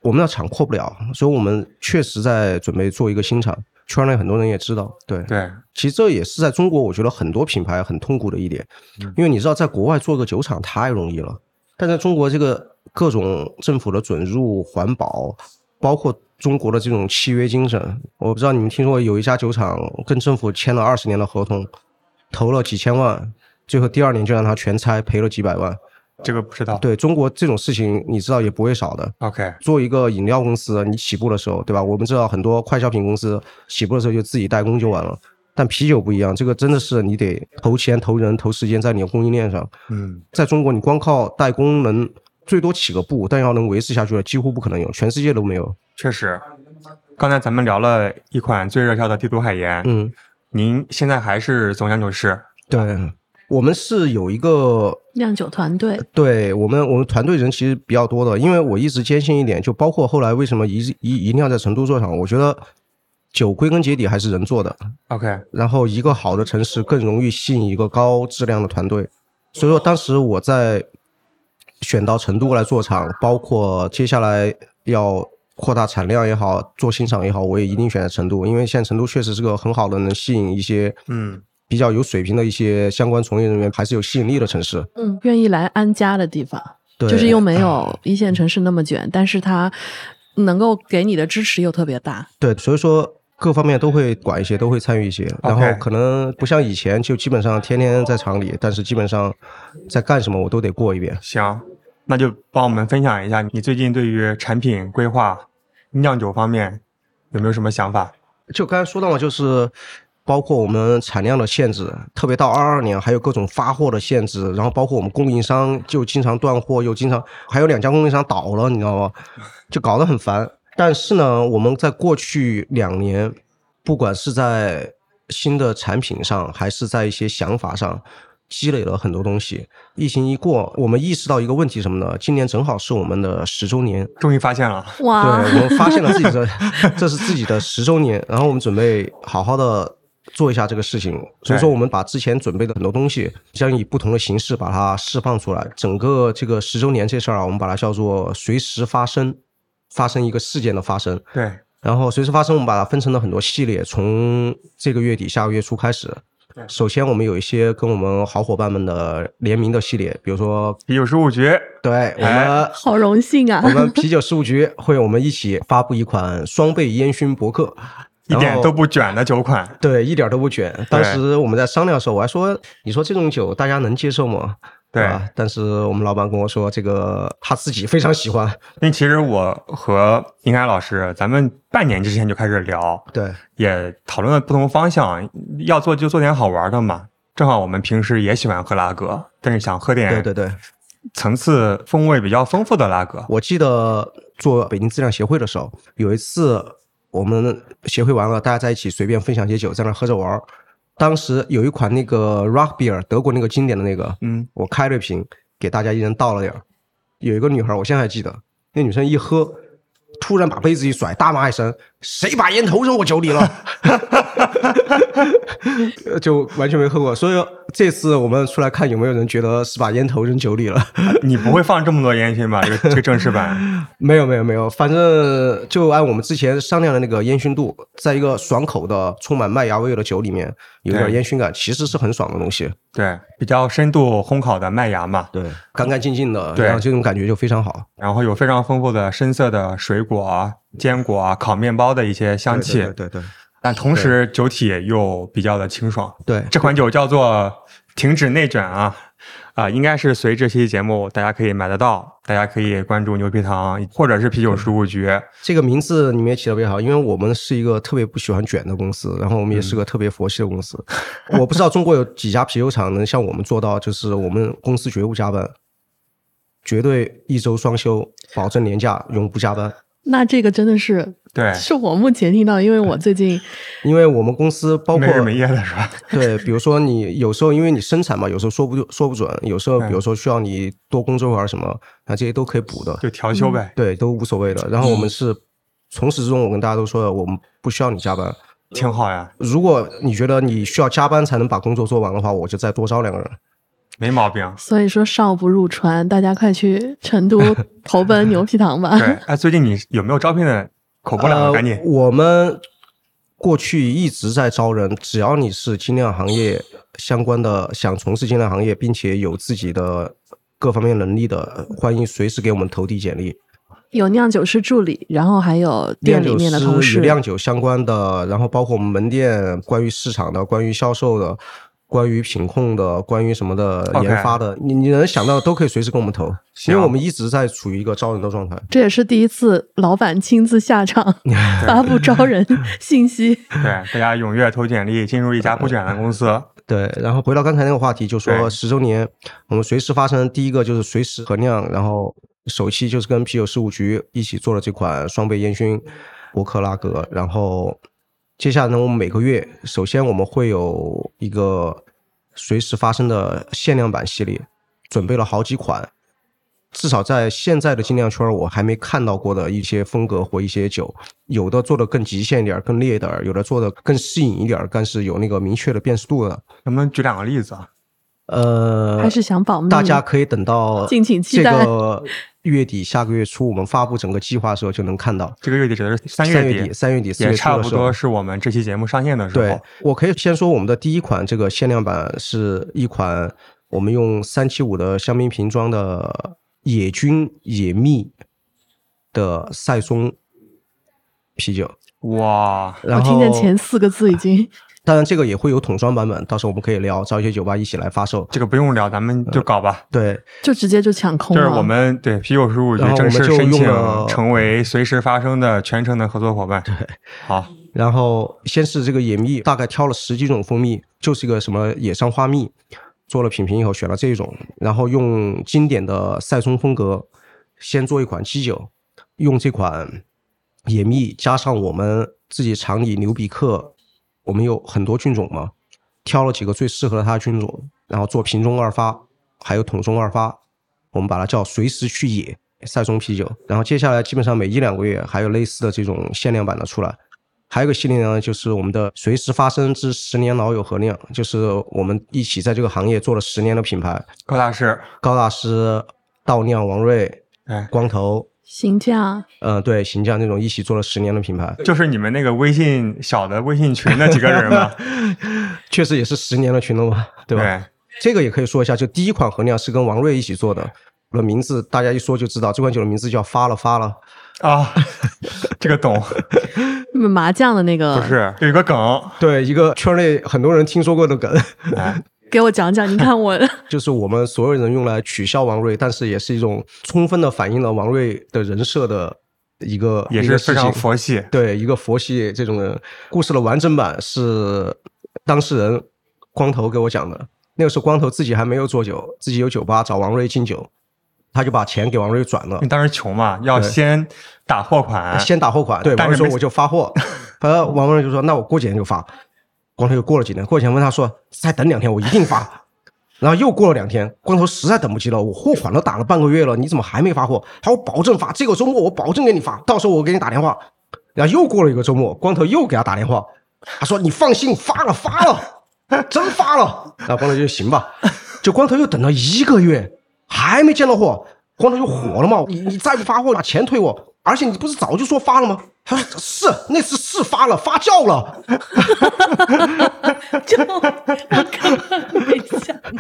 我们的厂扩不了，所以我们确实在准备做一个新厂。圈内很多人也知道，对，
对，
其实这也是在中国，我觉得很多品牌很痛苦的一点，因为你知道，在国外做个酒厂太容易了，但在中国这个各种政府的准入、环保，包括中国的这种契约精神，我不知道你们听说过有一家酒厂跟政府签了二十年的合同，投了几千万，最后第二年就让他全拆，赔了几百万。
这个不知道。
对中国这种事情，你知道也不会少的。
OK，
做一个饮料公司，你起步的时候，对吧？我们知道很多快消品公司起步的时候就自己代工就完了，但啤酒不一样，这个真的是你得投钱、投人、投时间在你的供应链上。
嗯，
在中国，你光靠代工能最多起个步，但要能维持下去的几乎不可能有，全世界都没有。
确实。刚才咱们聊了一款最热销的帝都海盐，
嗯，
您现在还是总酿酒师，
对，我们是有一个
酿酒团队，
对我们，我们团队人其实比较多的，因为我一直坚信一点，就包括后来为什么一一一定要在成都做厂，我觉得酒归根结底还是人做的，
OK，
然后一个好的城市更容易吸引一个高质量的团队。所以说，当时我在选到成都来做厂，包括接下来要扩大产量也好，做新厂也好，我也一定选在成都，因为现在成都确实是个很好的能吸引一些
嗯，
比较有水平的一些相关从业人员，还是有吸引力的城市。
嗯，愿意来安家的地方，
对，嗯
就是又没有一线城市那么卷，但是它能够给你的支持又特别大。
对，所以说各方面都会管一些，都会参与一些。然后
OK
可能不像以前，就基本上天天在厂里，但是基本上在干什么我都得过一遍。
行，那就帮我们分享一下你最近对于产品规划、酿酒方面有没有什么想法？
就刚才说到嘛，就是包括我们产量的限制，特别到二二年还有各种发货的限制，然后包括我们供应商就经常断货，又经常还有两家供应商倒了，你知道吗？就搞得很烦。但是呢，我们在过去两年，不管是在新的产品上，还是在一些想法上，积累了很多东西。疫情一过，我们意识到一个问题什么呢？今年正好是我们的十周年，
终于发现了，
对
哇，
我们发现了自己 的这是自己的十周年，然后我们准备好好的做一下这个事情。所以说，我们把之前准备的很多东西，将以不同的形式把它释放出来。整个这个十周年这事儿啊，我们把它叫做随时发生，发生一个事件的发生。
对，
然后随时发生，我们把它分成了很多系列，从这个月底下个月初开始
对。
首先，我们有一些跟我们好伙伴们的联名的系列，比如说，
啤酒事务局，
对我
哎
们
好荣幸啊
我！们啤酒事务局会我们一起发布一款双倍烟熏博客，
一
然
点
后
都不卷的酒款，
对，一点都不卷。当时我们在商量的时候，我还说：“你说这种酒大家能接受吗？”
对
吧？但是我们老板跟我说，这个他自己非常喜欢。
因为其实我和应该老师，咱们半年之前就开始聊，
对，
也讨论了不同方向，要做就做点好玩的嘛。正好我们平时也喜欢喝拉格，但是想喝
对
点
对对。
层次风味比较丰富的拉格。
我记得做北京质量协会的时候，有一次我们协会完了，大家在一起随便分享一些酒，在那儿喝着玩儿。当时有一款那个 Rock Beer，德国那个经典的那个，
嗯，
我开了一瓶，给大家一人倒了点儿。有一个女孩，我现在还记得，那女生一喝，突然把杯子一甩，大骂一声：“谁把烟头扔我酒里了？” 呃就完全没喝过，所以这次我们出来看有没有人觉得是把烟头扔酒里了。
你不会放这么多烟熏吧？这个这个正式版，
没有没有没有，反正就按我们之前商量的那个烟熏度，在一个爽口的、充满麦芽味的酒里面，有点
对
烟熏感，其实是很爽的东西。
对，比较深度烘烤的麦芽嘛，
对，干干净净的，
对
然后这种感觉就非常好。
然后有非常丰富的深色的水果、啊坚果、烤面包的一些香气，
对对
但同时酒体又比较的清爽。
对
这款酒叫做“停止内卷”啊，啊、应该是随这期节目大家可以买得到，大家可以关注牛皮糖或者是啤酒事务局。
这个名字你们也起的特别好，因为我们是一个特别不喜欢卷的公司，然后我们也是个特别佛系的公司。我不知道中国有几家啤酒厂能像我们做到，就是我们公司绝不加班，绝对一周双休，保证年假，永不加班。
那这个真的是，
哎
对，
是我目前听到，因为我最近。
因为我们公司包括
没日没夜的是吧？
对，比如说你有时候因为你生产嘛，有时候说不说不准，有时候比如说需要你多工作一会儿什么，那这些都可以补的，
就调休呗。
对，都无所谓的。然后我们是从始至终，我跟大家都说了，我们不需要你加班。
挺好呀，
如果你觉得你需要加班才能把工作做完的话，我就再多招两个人。
没毛病
所以说少不入川，大家快去成 都投奔牛皮糖吧。
对，哎，最近你有没有招聘的口播两个？
呃
赶紧，
我们过去一直在招人，只要你是精酿行业相关的，想从事精酿行业，并且有自己的各方面能力的，欢迎随时给我们投递简历。
有酿酒师助理，然后还有 店
酿
里
酒
面的
师
同
与
事，
酿酒相关的，然后包括我们门店关于市场的、关于销售的、关于品控的、关于什么的
OK
研发的，你你能想到的都可以随时跟我们投，
行
因为我们一直在处于一个招人的状态。
这也是第一次老板亲自下场 发布招人信息。
对大家踊跃投简历，进入一家不卷的公 司。
对，然后回到刚才那个话题，就
对
说十周年，我们随时发生。第一个就是随时合酿，然后首期就是跟啤酒事务局一起做了这款双倍烟熏伯克拉格。然后接下来呢，我们每个月首先我们会有一个随时发生的限量版系列，准备了好几款，至少在现在的精酿圈儿，我还没看到过的一些风格或一些酒，有的做的更极限一点儿，更烈一点儿，有的做的更吸引一点儿，但是有那个明确的辨识度的。
能不能举两个例子啊？
呃，
还是想保密
大家可以等到
敬请期待
这个月底、下个月初我们发布整个计划的时候就能看到。
这个月底指的是三
三
月
月底、三月底、四
也
月初
差
的
不
时候
多，是我们这期节目上线的时
对
候。，
我可以先说我们的第一款这个限量版是一款我们用三七五的香槟瓶装的野菌野蜜的赛松啤酒。
哇，
我
然后
听见哦前四个字已
哎
经
当然这个也会有桶装版本，到时候我们可以聊，找一些酒吧一起来发售。
这个不用聊，咱们
呃
就搞吧。
对，
就直接就抢空
就
了。
是我们对啤酒事务局
然后我
正
们
式
就
申
用
请
了
成为随时发生的全程的合作伙伴。好，
然后先是这个野蜜，大概挑了十几种蜂蜜，就是一个什么野山花蜜，做了品评以后选了这种，然后用经典的赛松风格先做一款基酒，用这款野蜜加上我们自己厂里牛比克，我们有很多菌种嘛，挑了几个最适合它的菌种，然后做瓶中二发，还有桶中二发，我们把它叫随时去野赛松啤酒。然后接下来基本上每一两个月还有类似的这种限量版的出来。还有一个系列呢，就是我们的“随时发生之十年老友合酿”，就是我们一起在这个行业做了十年的品牌，
高大师，
高大师、道酿、王瑞、
哎，
光头，
行价
呃，对，形象那种一起做了十年的品牌，
就是你们那个微信小的微信群那几个人嘛，
确实也是十年的群了嘛， 对吧？
对，
这个也可以说一下，就第一款合酿是跟王瑞一起做的，那名字大家一说就知道，这款酒的名字叫“发了发了
啊，这个懂，
麻将的那
不
个，
嗯
是有一个梗”，，
对，一个圈内很多人听说过的梗，
哎，
给我讲讲。你 看我
就是我们所有人用来取笑王瑞，但是也是一种充分的反映了王瑞的人设的一个
也
一
是非
个事情
常佛系，
对一个佛系这种人故事的完整版是当事人光头给我讲的。那个时候光头自己还没有做酒，自己有酒吧找王瑞敬酒，他就把钱给王瑞转了
因为，当时穷嘛，要先打货款，
先打货款。对，
但
王
是
瑞说
没
我就发货，呃，王瑞就说那我过几天就发。光头又过了几天，过几天问他说再等两天我一定发。然后又过了两天，光头实在等不及了，我货款都打了半个月了，你怎么还没发货？他说我保证发，这个周末我保证给你发，到时候我给你打电话。然后又过了一个周末，光头又给他打电话，他说你放心，发了发了， 真发了。然后光头就行吧，就光头又等了一个月，还没见到货，光头就火了嘛，你你再不发货，把钱退我。而且你不是早就说发了吗？他说是，那次是发了，发酵了。
就我根本没想到，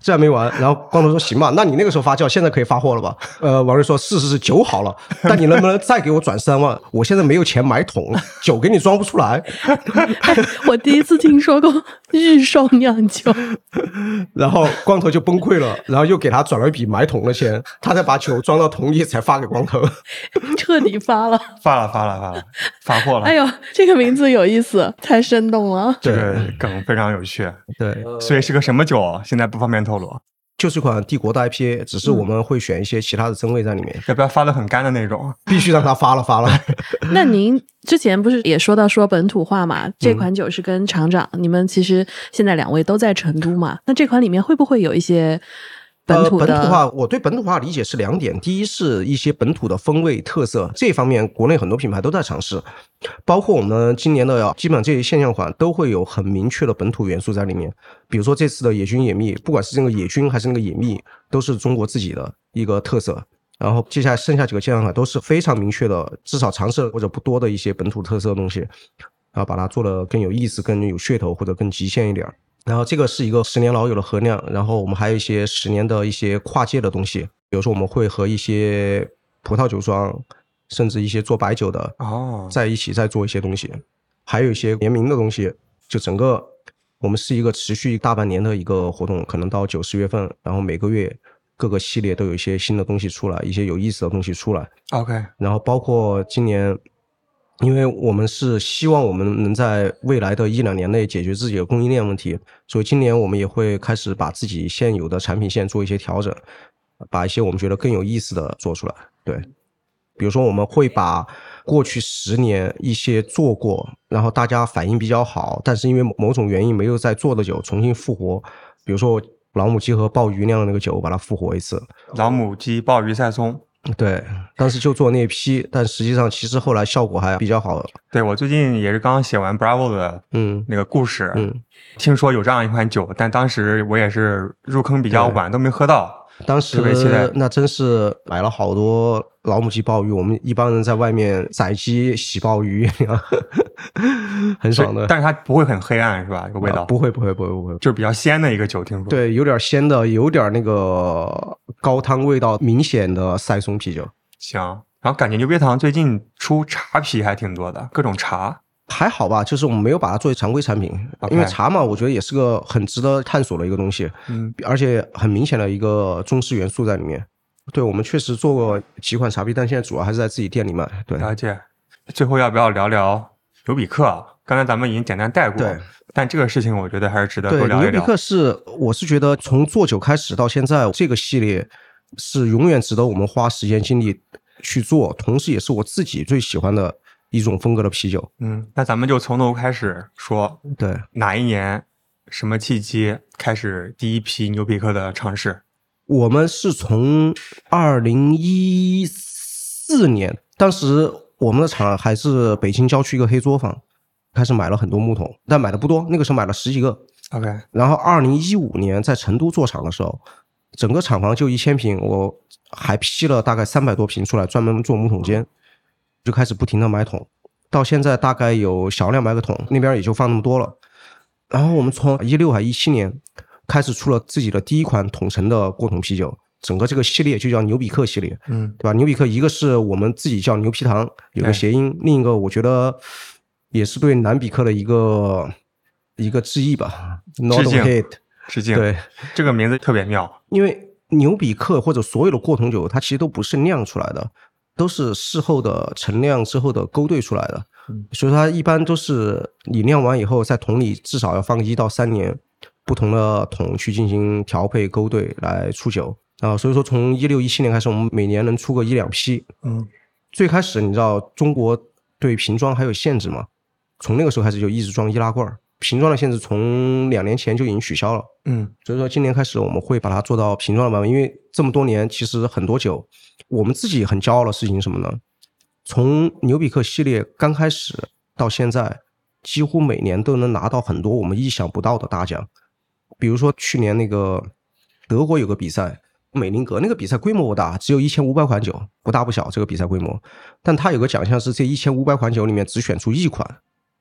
这还没完，然后光头说行吧，那你那个时候发酵，现在可以发货了吧？呃，王瑞说是是是，酒好了，但你能不能再给我转三万？我现在没有钱买桶，酒给你装不出来。
哎我第一次听说过日售酿酒，
然后光头就崩溃了，然后又给他转了一笔买桶 的钱，他再把酒装到桶里才发给光头。
彻底发了。
发了发了发了，发货了
哎，呦，这个名字有意思，太生动了。
这个梗非常有趣，
对，
所以是个什么酒，啊现在不方便透露，
就是一款帝国的 IPA，只是我们会选一些其他的真味在 里面，
要不要发的很干的那种？啊
必须让他发了发了。
那您之前不是也说到说本土化嘛？这
嗯
款酒是跟厂长，你们其实现在两位都在成都嘛？那这款里面会不会有一些 本土
呃、
的？
本土化，我对本土化理解是两点：第一是一些本土的风味特色，这方面国内很多品牌都在尝试，包括我们今年的基本上这些限量款都会有很明确的本土元素在里面。比如说这次的野菌野蜜，不管是那个野菌还是那个野蜜，都是中国自己的一个特色。然后接下来剩下几个限量款都是非常明确的，至少尝试了或者不多的一些本土特色的东西，然后把它做得更有意思、更有噱头或者更极限一点儿。然后这个是一个十年老友的合酿，然后我们还有一些十年的一些跨界的东西，比如说我们会和一些葡萄酒庄，甚至一些做白酒的
哦，
在一起再做一些东西，还有一些联名的东西，就整个我们是一个持续大半年的一个活动，可能到九十月份，然后每个月各个系列都有一些新的东西出来，一些有意思的东西出来，
OK，
然后包括今年，因为我们是希望我们能在未来的一两年内解决自己的供应链问题，所以今年我们也会开始把自己现有的产品线做一些调整，把一些我们觉得更有意思的做出来。对，比如说我们会把过去十年一些做过，然后大家反应比较好，但是因为某某种原因没有在做的酒重新复活，比如说我老母鸡和鲍鱼酿的那个酒，我把它复活一次，
老母鸡、鲍鱼、赛松，
对，当时就做那一批，但实际上其实后来效果还比较好。
对我最近也是刚写完 Bravo 的
嗯
那个故事，
嗯，
听说有这样一款酒，但当时我也是入坑比较晚，都没喝到。
当时
特别期待
那真是买了好多老母鸡鲍鱼，我们一般人在外面宰鸡洗鲍鱼， 很爽的。
但是它不会很黑暗，是吧？这个味道、
啊不会不会不会不会，
就是比较鲜的一个酒，听说。，
对，有点鲜的，有点那个高汤味道明显的赛松啤酒。
行。然后感觉牛瘪糖最近出茶啤还挺多的，各种茶。
还好吧，就是我们没有把它作为常规产品
OK
因为茶嘛，我觉得也是个很值得探索的一个东西。
嗯，
而且很明显的一个中式元素在里面。对，我们确实做过几款茶啤，但现在主要还是在自己店里卖。对，
了解。最后要不要聊聊尤比克，啊刚才咱们已经简单带过
对，
但这个事情我觉得还是值得多
对，
聊一
尤比
聊。
克是，我是觉得从做酒开始到现在，这个系列是永远值得我们花时间精力去做，同时也是我自己最喜欢的一种风格的啤酒。
嗯，那咱们就从头开始说，
对，
哪一年、什么契机开始第一批牛比克的尝试？
我们是从二零一四年，当时我们的厂还是北京郊区一个黑作坊，开始买了很多木桶，但买的不多，那个时候买了十几个。
OK，
然后二零一五年在成都做厂的时候，整个厂房就一千平，我还批了大概三百多平出来，专门做木桶间，就开始不停的买桶，到现在大概有小两百个桶，那边也就放那么多了。然后我们从一六还一七年开始出了自己的第一款桶陈的过桶啤酒，整个这个系列就叫牛比克系列。
嗯
对吧？牛比克一个是我们自己叫牛皮糖，有
对
个谐音；另一个我觉得也是对南比克的一个一个致意吧
致
，Northern
敬
Hit。
致敬。
对，，
这个名字特别妙。
因为牛比克或者所有的过桶酒，它其实都不是酿出来的，都是事后的陈酿之后的勾兑出来的
嗯，
所以它一般都是你酿完以后，在桶里至少要放一到三年，不同的桶去进行调配勾兑来出酒啊、所以说从一六一七年开始，我们每年能出个一两批。
嗯，
最开始你知道中国对瓶装还有限制嘛？从那个时候开始就一直装易拉罐儿，瓶装的限制从两年前就已经取消了。
嗯，
所以说今年开始我们会把它做到瓶装的版本，因为这么多年其实很多酒，我们自己很骄傲的事情是什么呢？从牛比克系列刚开始到现在，几乎每年都能拿到很多我们意想不到的大奖，比如说去年那个德国有个比赛。美林格那个比赛规模不大，只有一千五百款酒，不大不小。这个比赛规模，但它有个奖项是这一千五百款酒里面只选出一款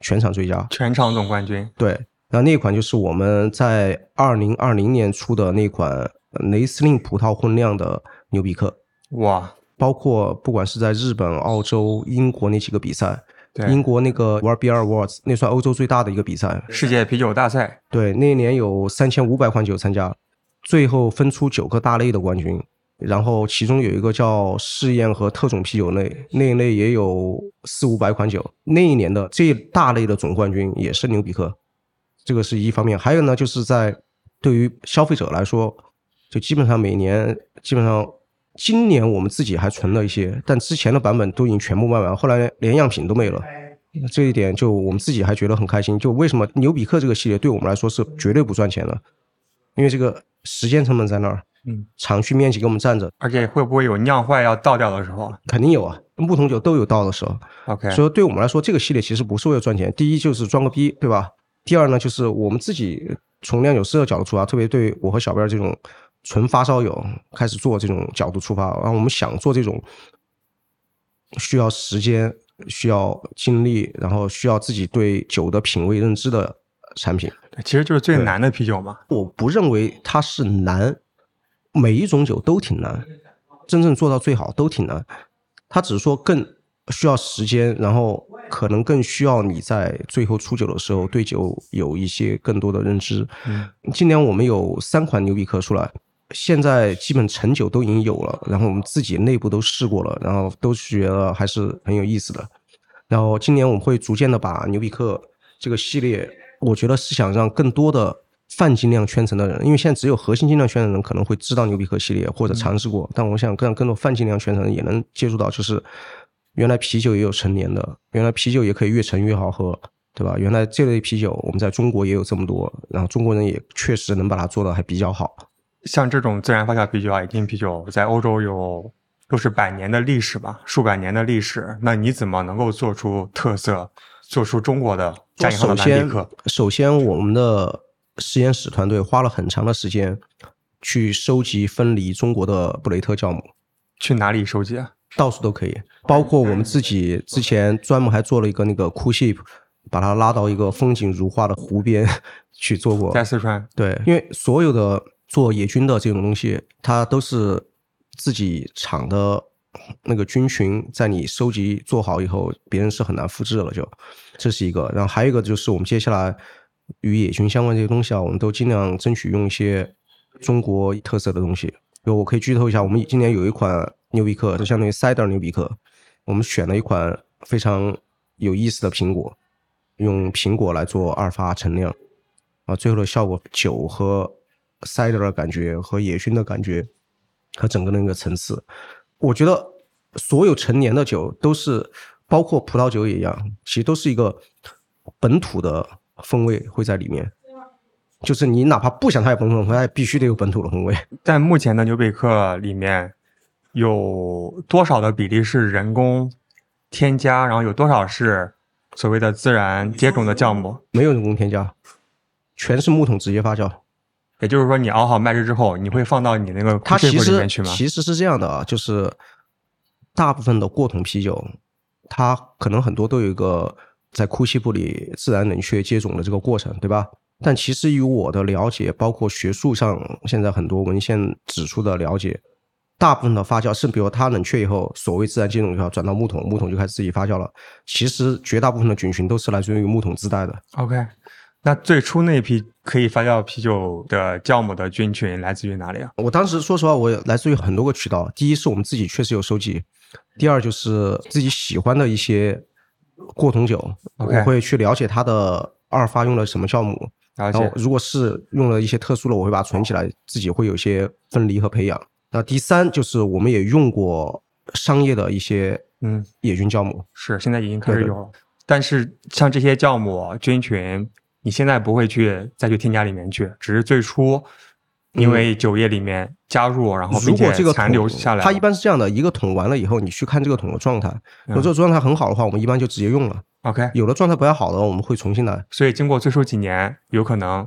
全场最佳，
全场总冠军。
对，然后那款就是我们在二零二零年出的那款雷司令葡萄混酿的牛比克，
哇，
包括不管是在日本、澳洲、英国那几个比赛，
对，
英国那个 World Beer Awards 那算欧洲最大的一个比赛，
世界啤酒大赛。
对，那一年有三千五百款酒参加，最后分出九个大类的冠军，然后其中有一个叫试验和特种啤酒类，那一类也有四五百款酒。那一年的这一大类的总冠军也是牛比克，这个是一方面。还有呢，就是在对于消费者来说，就基本上每年基本上。今年我们自己还存了一些，但之前的版本都已经全部卖完，后来连样品都没了。这一点就我们自己还觉得很开心。就为什么牛比克这个系列对我们来说是绝对不赚钱的，因为这个时间成本在那儿，
嗯，
厂区面积给我们占着，
而且会不会有酿坏要倒掉的时候
肯定有啊，木桶酒都有到的时候。
？OK，
所以对我们来说，这个系列其实不是为了赚钱，第一就是装个逼，对吧？第二呢，就是我们自己从酿酒师的角度出发，特别对我和小辫这种纯发烧友开始做这种角度出发，然后我们想做这种需要时间、需要精力，然后需要自己对酒的品味认知的呃产品。
对其实就是最难的啤酒嘛。
我不认为它是难，每一种酒都挺难，真正做到最好都挺难。它只是说更需要时间，然后可能更需要你在最后出酒的时候对酒有一些更多的认知。
嗯
今年我们有三款牛比克出来，现在基本成酒都已经有了，然后我们自己内部都试过了，然后都觉得还是很有意思的。然后今年我们会逐渐的把牛比克这个系列，我觉得是想让更多的泛精酿圈层的人，因为现在只有核心精酿圈层的人可能会知道牛比克系列或者尝试过，但我想让更多泛精酿圈层的人也能接触到，就是原来啤酒也有陈年的，原来啤酒也可以越陈越好喝，对吧？原来这类啤酒我们在中国也有这么多，然后中国人也确实能把它做的还比较好。
像这种自然发酵啤酒啊，一定啤酒在欧洲有都是百年的历史吧，数百年的历史。那你怎么能够做出特色，做出中国的加引号的
首
蓝
先
比克？，
首先我们的实验室团队花了很长的时间去收集分离中国的布雷特酵母，
去哪里收集啊？
到处都可以，包括我们自己之前专门还做了一个那个 cool ship，把它拉到一个风景如画的湖边 去做过。
在四川。
对，因为所有的做野军的这种东西，它都是自己厂的那个军群，在你收集做好以后，别人是很难复制了就。这是一个，然后还有一个就是我们接下来与野军相关这些东西啊，我们都尽量争取用一些中国特色的东西。就我可以剧透一下，我们今年有一款牛比克，就相当于 cider 牛比克，我们选了一款非常有意思的苹果，用苹果来做二发陈酿，啊，最后的效果酒和 cider 的感觉和烟熏的感觉和整个的那个层次，我觉得所有陈年的酒都是，包括葡萄酒也一样，其实都是一个本土的风味会在里面。就是你哪怕不想它有本土的风味，它也必须得有本土的风味。
在目前的牛比克里面，有多少的比例是人工添加，然后有多少是所谓的自然接种的酵母？
没有人工添加，全是木桶直接发酵。
也就是说，你熬好麦汁之后，你会放到你那个
它其
shaker 里面
实
去吗？
其实是这样的啊，就是大部分的过桶啤酒，它可能很多都有一个在库西部里自然冷却接种的这个过程，对吧？但其实以我的了解，包括学术上现在很多文献指出的了解，大部分的发酵是，比如它冷却以后，所谓自然接种以后转到木桶，木桶就开始自己发酵了。其实绝大部分的菌群都是来自于木桶自带的。
OK，那最初那批可以发酵啤酒的酵母的菌群来自于哪里啊？
我当时说实话，我来自于很多个渠道。第一是我们自己确实有收集，第二就是自己喜欢的一些过桶酒
OK
我会去了解它的二发用了什么酵母，
了
然后
解，
如果是用了一些特殊的，我会把它存起来，自己会有一些分离和培养。那第三就是我们也用过商业的一些
嗯，
野菌酵母，
是现在已经开始
对对
有了，但是像这些酵母菌群，你现在不会去再去添加里面去，只是最初因为酒液里面加入，然后并
嗯如果
且
这个桶
残留下来，
它一般是这样的，一个桶完了以后，你去看这个桶的状态，
嗯
如果这个状态很好的话，我们一般就直接用了；
OK，
有的状态不太好的，我们会重新来。
所以经过最初几年，有可能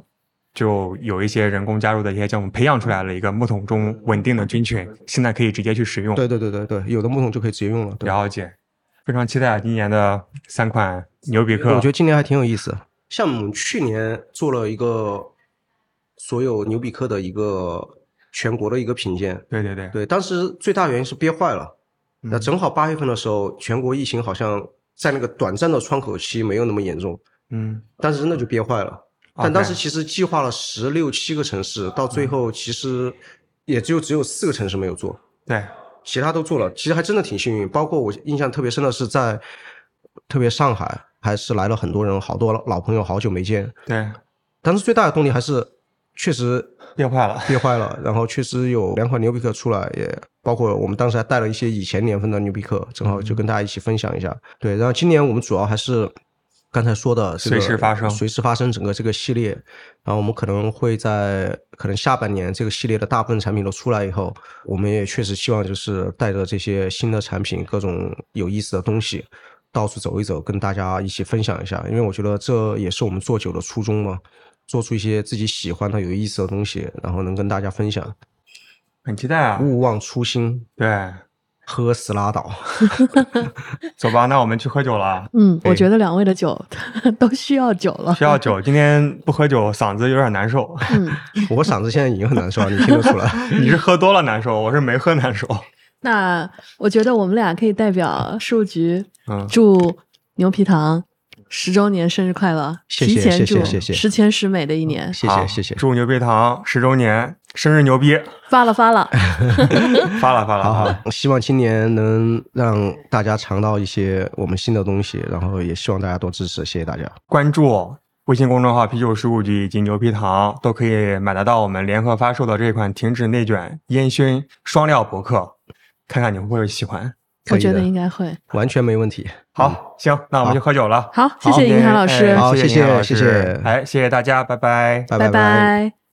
就有一些人工加入的一些酵母培养出来了一个木桶中稳定的菌群，现在可以直接去使用。
对对对对对，有的木桶就可以直接用了。对，
了解，非常期待今年的三款牛比克。
我觉得今年还挺有意思。像我们去年做了一个所有牛比克的一个全国的一个品鉴，
对对对，
对，当时最大原因是憋坏了。
嗯
那正好八月份的时候，全国疫情好像在那个短暂的窗口期没有那么严重，
嗯，
但是真的就憋坏了。但
OK 嗯
当时其实计划了十六七个城市，到最后其实也就只有四个城市没有做。
对，
其他都做了，其实还真的挺幸运。包括我印象特别深的是在，特别上海，还是来了很多人，好多老朋友，好久没见。
对，
当时最大的动力还是确实
变坏了。
憋坏了，然后确实有两款牛皮克出来，也包括我们当时还带了一些以前年份的牛皮克，正好就跟大家一起分享一下。对，然后今年我们主要还是刚才说的这
随
个
时发生
随时发生整个这个系列，然后我们可能会在可能下半年这个系列的大部分产品都出来以后，我们也确实希望就是带着这些新的产品，各种有意思的东西。到处走一走，跟大家一起分享一下，因为我觉得这也是我们做酒的初衷嘛。做出一些自己喜欢的、有意思的东西，然后能跟大家分享。
很期待啊！
勿忘初心，
对，
喝死拉倒。
走吧，那我们去喝酒了。
嗯，
对
我觉得两位的酒 都需要酒了。
需要酒，今天不喝酒嗓子有点难受。
嗯，
我嗓子现在已经很难受了，你听得出来？
你是喝多了难受，我是没喝难受。
那我觉得我们俩可以代表事务局
嗯，
祝牛皮糖十周年生日快乐，
谢谢
提前祝
谢谢谢嗯谢
十全十美的一年，
谢
好
谢谢谢。
祝牛逼糖十周年生日牛逼，
发了发了，
发了发了，
好
发了
好，希望今年能让大家尝到一些我们新的东西，然后也希望大家多支持，谢谢大家。
关注微信公众号“啤酒事务局”以及“牛皮糖”，都可以买得到我们联合发售的这款停止内卷烟熏双料博客，看看你会不会喜欢。
可
我
以的
觉得应该会。
完全没问题。
嗯好，行，那我们就喝酒了。
好谢谢银海老师
哎
好
谢银海老
谢
师
谢谢谢
哎，谢谢大家，拜拜。
拜
拜
拜。
拜